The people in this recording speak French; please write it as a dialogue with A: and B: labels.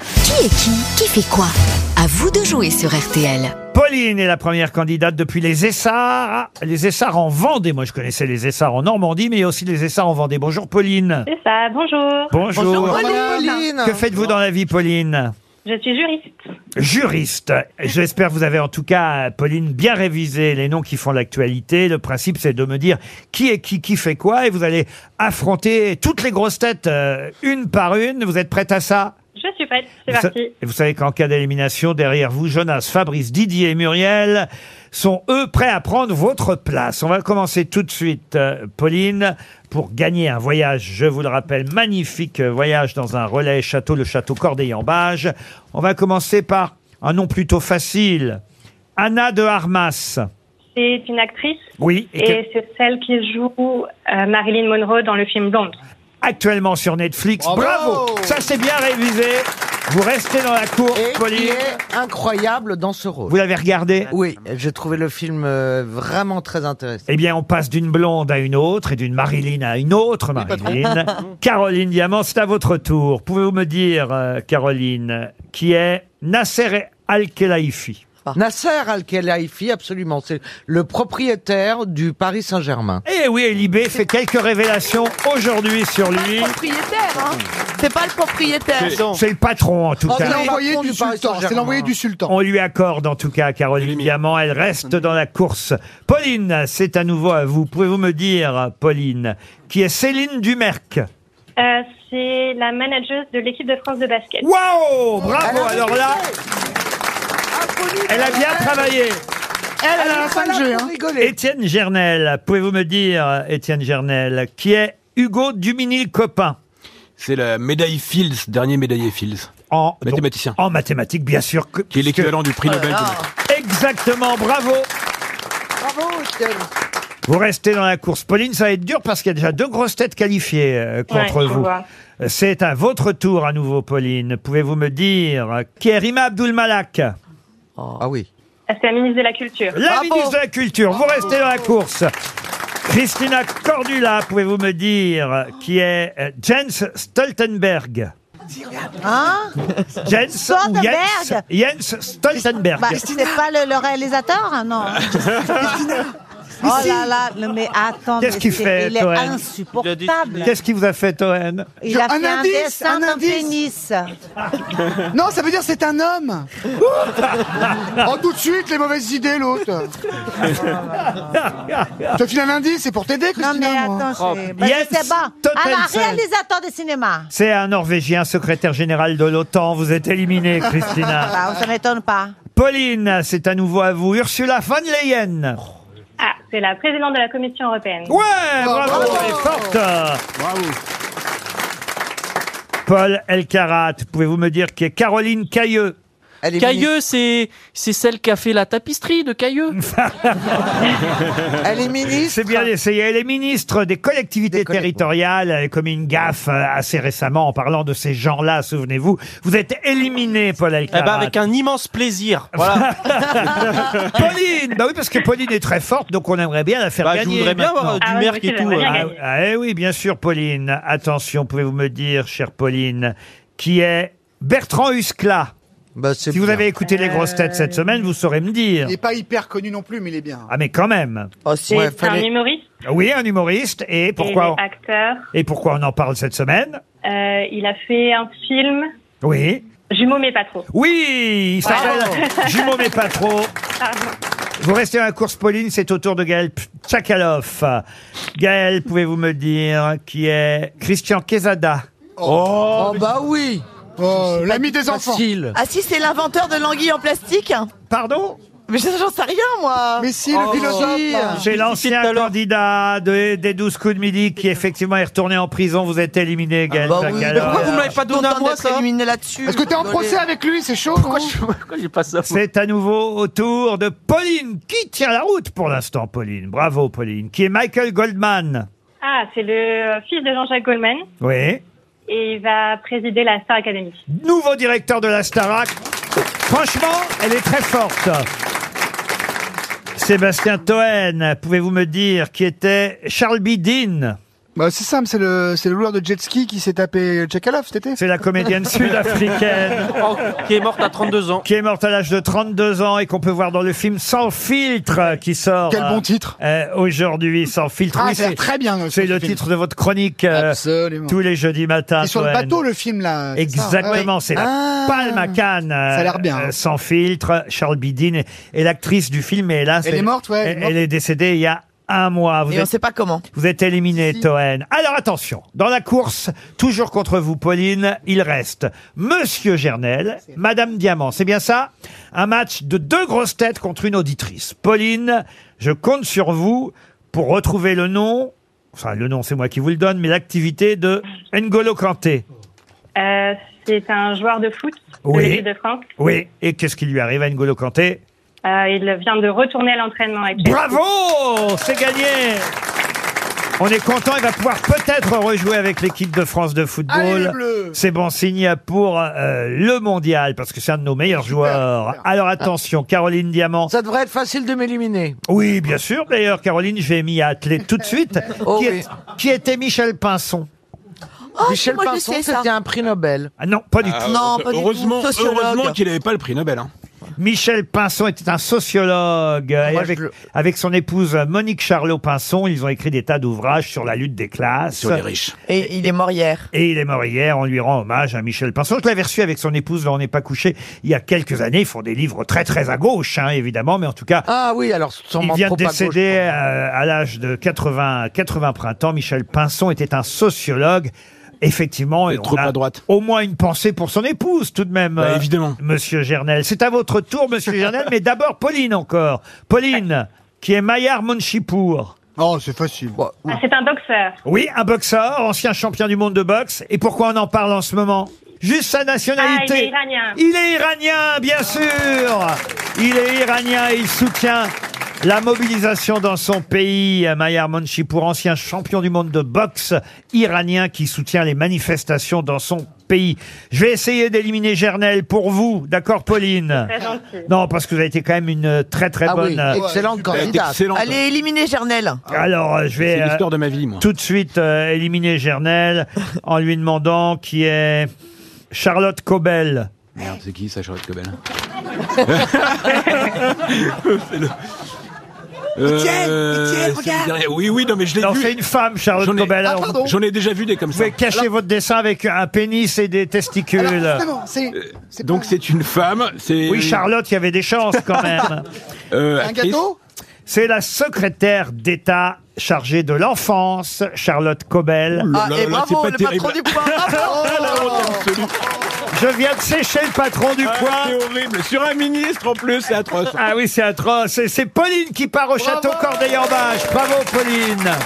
A: est qui Qui fait quoi À vous de jouer sur RTL.
B: Pauline est la première candidate depuis les Essarts. Ah, Les Essarts en Vendée. Moi, je connaissais les Essarts en Normandie, mais il y a aussi les Essarts en Vendée. Bonjour, Pauline.
C: C'est ça, bonjour.
B: Bonjour.
D: Pauline.
B: Que faites-vous dans la vie, Pauline
C: Je suis juriste.
B: Juriste. J'espère que vous avez en tout cas, Pauline, bien révisé les noms qui font l'actualité. Le principe, c'est de me dire qui est qui, qui fait quoi, et vous allez affronter toutes les grosses têtes euh, une par une. Vous êtes prête à ça
C: Je suis prête, c'est
B: Vous sa-
C: parti.
B: Et vous savez qu'en cas d'élimination, derrière vous, Jonas, Fabrice, Didier et Muriel sont eux prêts à prendre votre place. On va commencer tout de suite, euh, Pauline, pour gagner un voyage, je vous le rappelle, magnifique euh, voyage dans un relais château, le château Corday-en-Bage. On va commencer par un nom plutôt facile. Anna de Armas.
C: C'est une actrice
B: Oui, et
C: et,
B: qui est
C: c'est celle qui joue euh, Marilyn Monroe dans le film Blonde.
B: actuellement sur Netflix. Bravo,
D: Bravo.
B: Ça, c'est bien révisé. Vous restez dans la cour,
D: Et il
B: Pauline.
D: est incroyable dans ce rôle.
B: Vous l'avez regardé
D: Oui, j'ai trouvé le film euh, vraiment très intéressant.
B: Eh bien, on passe d'une blonde à une autre et d'une Marilyn à une autre Marilyn. Caroline Diamant, c'est à votre tour. Pouvez-vous me dire, euh, Caroline, qui est Nasser Al-Khelaifi
D: Nasser Al-Khelaifi, absolument, c'est le propriétaire du Paris Saint-Germain.
B: Eh oui, Elibé fait quelques révélations aujourd'hui sur lui.
E: propriétaire, hein C'est pas le propriétaire.
B: C'est le patron, en tout
D: Oh,
F: C'est
B: cas.
D: non.
F: l'envoyé
D: patron
F: du
D: du Paris
F: sultan.
D: Saint-Germain.
F: C'est l'envoyé du sultan.
B: On lui accorde, en tout cas, Caroline Diamant. Elle reste dans la course. Pauline, c'est à nouveau à vous. Pouvez-vous me dire, Pauline, qui est Céline Dumerc
C: Euh, c'est la manageuse de l'équipe de France de basket.
B: Waouh Bravo
D: Alors,
B: Alors là, elle a bien travaillé.
F: Elle, elle a la 5G. hein.
B: Étienne Gernel, pouvez-vous me dire, Étienne Gernel, qui est Hugo Duminil Copin
G: C'est la médaille Fields, dernier médaillé Fields,
B: en, donc,
G: mathématicien,
B: en mathématiques, bien sûr. que-
G: qui est l'équivalent du prix Nobel.
E: Ah,
G: de-
B: puisque- Exactement, bravo
D: Bravo, Estelle.
B: Vous restez dans la course. Pauline, ça va être dur parce qu'il y a déjà deux grosses têtes qualifiées euh, contre
C: Ouais, je
B: vous.
C: vois.
B: C'est à votre tour à nouveau, Pauline. Pouvez-vous me dire euh, qui est Rima Abdul-Malak Oh.
D: Ah oui.
C: C'est la ministre de la Culture.
B: La ministre de la Culture, vous restez dans la course. Christina Cordula, pouvez-vous me dire euh, qui est euh, Jens Stoltenberg
H: Hein
B: Jens ou Jens,
H: Stoltenberg
B: Jens Stoltenberg.
H: Bah, ce n'est pas le, le réalisateur, hein, non Oh là là, le- mais attends,
B: Qu'est-ce
H: mais
B: qu'il
H: c'est-
B: fait,
H: Il est
B: Toen
H: insupportable.
B: Qu'est-ce qui vous a fait, Toen
H: Il a
F: Un
H: fait un
F: indice,
H: dessin
F: un
H: d'un
F: indice.
H: pénis.
F: Non, ça veut dire c'est un homme. oh, tout de suite, les mauvaises idées, l'autre. Je te file un indice, c'est pour t'aider,
H: Non mais
F: Christina. moi.
H: attends, je, bah, je
B: Jens
H: sais pas. Alors,
B: Stoltenberg.
H: réalisateur de cinéma.
B: C'est un Norvégien, secrétaire général de l'OTAN. Vous êtes éliminé, Christina.
H: Bah, ça m'étonne pas.
B: Pauline, c'est à nouveau à vous. Ursula von Leyen.
C: Ah, c'est la présidente de la Commission européenne.
B: Ouais, bravo, elle est forte. Bravo. Paul Elkarat, pouvez-vous me dire qui est Caroline Cailleux
D: Elle est
I: Cailleux, c'est c'est celle qui a fait la tapisserie de Cailleux.
D: ministre. Elle est ministre.
B: C'est bien essayé. Elle est ministre des collectivités
D: Des collect-
B: territoriales. Elle a commis une gaffe euh, assez récemment en parlant de ces gens-là, souvenez-vous. Vous êtes éliminé, Paul
I: Eh
B: Alcarat.
I: ben, avec un immense plaisir. Voilà.
B: Pauline Bah oui, parce que Pauline est très forte, donc on aimerait bien la faire
I: Bah, je
B: gagner.
I: voudrais bien
B: maintenant.
I: avoir euh, du
C: Ah ouais,
I: merc et
C: parce que
I: tout.
C: j'aimerais bien
I: euh.
B: Ah, ah, eh oui, bien sûr, Pauline. Attention, pouvez-vous me dire, chère Pauline, qui est Bertrand Huskla
D: Bah, c'est
B: Si vous
D: bien.
B: avez écouté les grosses têtes
C: Euh.
B: cette semaine, vous saurez me dire.
F: Il n'est pas hyper connu non plus, mais il est bien.
B: Ah mais quand même.
D: Oh, si,
C: C'est
D: ouais,
C: un
D: fallait-
C: humoriste
B: Oui, un humoriste. Et pourquoi
C: et acteur.
B: et pourquoi on en parle cette semaine
C: Euh, il a fait un film,
B: Oui.
C: Jumeaux mais pas trop.
B: Oui, il s'appelle Jumeau mais pas trop. Vous restez à la course, Pauline, c'est au tour de Gaël P- Tchakalov. Gaël, pouvez-vous me dire qui est Christian Quesada
D: Oh, bah oui.
F: Oh, l'ami des enfants.
D: Facile.
E: Ah si, c'est l'inventeur de l'anguille en plastique
B: Pardon
I: Ah,
E: Mais j'en j'en sais rien, moi
F: Mais si, le philosophe.
B: C'est
I: tout à
B: l'ancien
I: l'heure.
B: candidat de- des 12 coups de midi qui effectivement est retourné en prison. Vous êtes éliminé, Gaël
D: bah oui,
B: Tchakalov.
D: mais
I: Pourquoi vous me l'avez pas donné à moi, ça
E: éliminé là-dessus.
F: Est-ce que t'es en
E: Désolé.
F: procès avec lui C'est chaud. non
I: Pourquoi j'ai pas ça moi
B: C'est à nouveau au tour de Pauline qui tient la route pour l'instant, Pauline. Bravo, Pauline. Qui est Michael Goldman.
C: Ah, c'est le euh, fils de Jean-Jacques Goldman
B: Oui.
C: et il va présider la Star Academy.
B: Nouveau directeur de la Starac. Franchement, elle est très forte. Sébastien Toen, pouvez-vous me dire qui était Charles Bidin
F: Bah, c'est simple, c'est le, c'est le loueur de jet ski qui s'est tapé Tchakalov cet été.
B: C'est la comédienne sud-africaine
I: Oh, qui est morte à 32 ans.
B: qui est morte à l'âge de 32 ans et qu'on peut voir dans le film Sans filtre qui sort
F: Quel
B: euh,
F: bon titre
B: euh, aujourd'hui. Sans filtre,
F: Ah,
B: oui,
F: ça a
B: c'est
F: l'air très bien. euh,
B: c'est
F: ce
B: le
F: film.
B: titre de votre chronique euh,
F: Absolument.
B: tous les jeudis matins.
F: C'est sur le
B: Toen.
F: bateau le film là. c'est ça
B: Exactement,
F: Ah,
B: c'est
F: Ah.
B: la Palme à Cannes. Ça
F: a l'air bien, hein.
B: sans filtre, Charles Bidin est- est l'actrice du film, et hélas,
F: Elle est morte, ouais, elle est
B: Elle,
F: morte.
B: elle est décédée il y a un mois. Vous
E: Et on
B: êtes,
E: sait pas comment.
B: vous êtes éliminé, Toen. Alors attention, dans la course, toujours contre vous, Pauline, il reste Monsieur Gernel, Madame Diamant. C'est bien ça Un match de deux grosses têtes contre une auditrice. Pauline, je compte sur vous pour retrouver le nom, enfin le nom c'est moi qui vous le donne, mais l'activité de N'Golo Kanté.
C: Euh, c'est un joueur de foot
B: Oui.
C: de l'équipe de France.
B: Oui, et qu'est-ce qui lui arrive à N'Golo Kanté
C: Euh, il vient de retourner à l'entraînement avec
B: Bravo C'est gagné On est content, il va pouvoir peut-être rejouer avec l'équipe de France de
F: Allez, les
B: football.
F: bleus
B: C'est bon signe pour euh, le mondial, parce que c'est un de nos meilleurs joueurs.
F: super.
B: Alors attention, Caroline Diamant.
D: Ça devrait être facile de m'éliminer.
B: Oui, bien sûr, d'ailleurs, Caroline, j'ai mis à atteler tout de suite.
D: Oh
B: qui,
D: oui.
B: est- qui était Michel Pinson
E: Oh,
D: Michel
E: moi, je
D: Pinson,
E: sais ça.
D: c'était un prix Nobel.
B: Ah non, pas du tout.
E: Non, pas du tout,
G: heureusement,
E: sociologue.
G: Heureusement qu'il n'avait pas le prix Nobel. Hein.
B: Michel Pinson était un sociologue. Et
D: je
B: avec,
D: le-
B: avec son épouse Monique Charlot-Pinson, ils ont écrit des tas d'ouvrages sur la lutte des classes.
G: Sur les riches.
E: Et il est mort hier.
B: Et il est mort hier, on lui rend hommage à Michel Pinson. Je l'avais reçu avec son épouse, là on n'est pas couché, il y a quelques années. Ils font des livres très très à gauche, hein, évidemment, mais en tout cas,
D: Ah oui, alors
B: il
D: sûrement
B: vient
D: trop
B: de
D: à gauche.
B: décéder euh, à l'âge de 80, 80 printemps. Michel Pinson était un sociologue. Effectivement,
G: Et
B: on
G: trop
B: a
G: à droite.
B: au moins une pensée pour son épouse, tout de même.
G: Bah,
B: euh,
G: évidemment.
B: Monsieur Gernel. C'est à votre tour, Monsieur Gernel, mais d'abord Pauline encore. Pauline, qui est Maillard Monchipour.
F: Oh, c'est facile.
C: Ah, c'est un boxeur.
B: Oui, un boxeur, ancien champion du monde de boxe. Et pourquoi on en parle en ce moment Juste sa nationalité.
C: Ah, il est iranien.
B: Il est iranien, bien sûr. Il est iranien et il soutient la mobilisation dans son pays. Maillard Manchipour, ancien champion du monde de boxe iranien qui soutient les manifestations dans son pays. Je vais essayer d'éliminer Gernel pour vous, d'accord, Pauline
C: Très gentil.
B: Non, parce que vous avez été quand même une très très
D: Ah oui,
B: bonne. euh,
D: excellente
G: Elle est
D: candidate.
G: excellente.
E: Allez, éliminer Gernel.
B: Alors, euh, je vais.
G: C'est
B: euh,
G: l'histoire de ma vie, moi.
B: tout de suite euh, éliminer Gernel en lui demandant qui est Charlotte Cobel.
G: Merde, c'est qui ça, Charlotte Cobel Euh, Etienne, regarde Oui, oui, non, mais je l'ai
B: Non,
G: vu.
B: c'est une femme, Charlotte
G: J'en ai- Ah,
B: Cobel.
E: Ah,
B: Alors, vous
G: J'en ai déjà vu des comme ça.
B: pouvez cacher votre dessin avec un pénis et des testicules.
F: Justement, c'est. c'est
G: Euh, Donc
F: pas-
G: c'est une femme, c'est...
B: oui, Charlotte, il y avait des chances quand même.
G: euh,
F: Un
G: actrice.
F: gâteau
B: C'est la secrétaire d'État chargée de l'enfance, Charlotte Cobel.
G: Ouh Oh là
E: Ah,
G: là
E: et
G: là, c'est
E: bravo,
G: pas
E: le
G: terrible.
E: patron du point. Bravo.
B: Je viens de sécher le patron du
G: Ah,
B: coin.
G: c'est horrible. Sur un ministre en plus, c'est atroce.
B: Ah oui, c'est atroce. Et c'est Pauline qui part au château Corday-en-Bâche. Bravo, Pauline.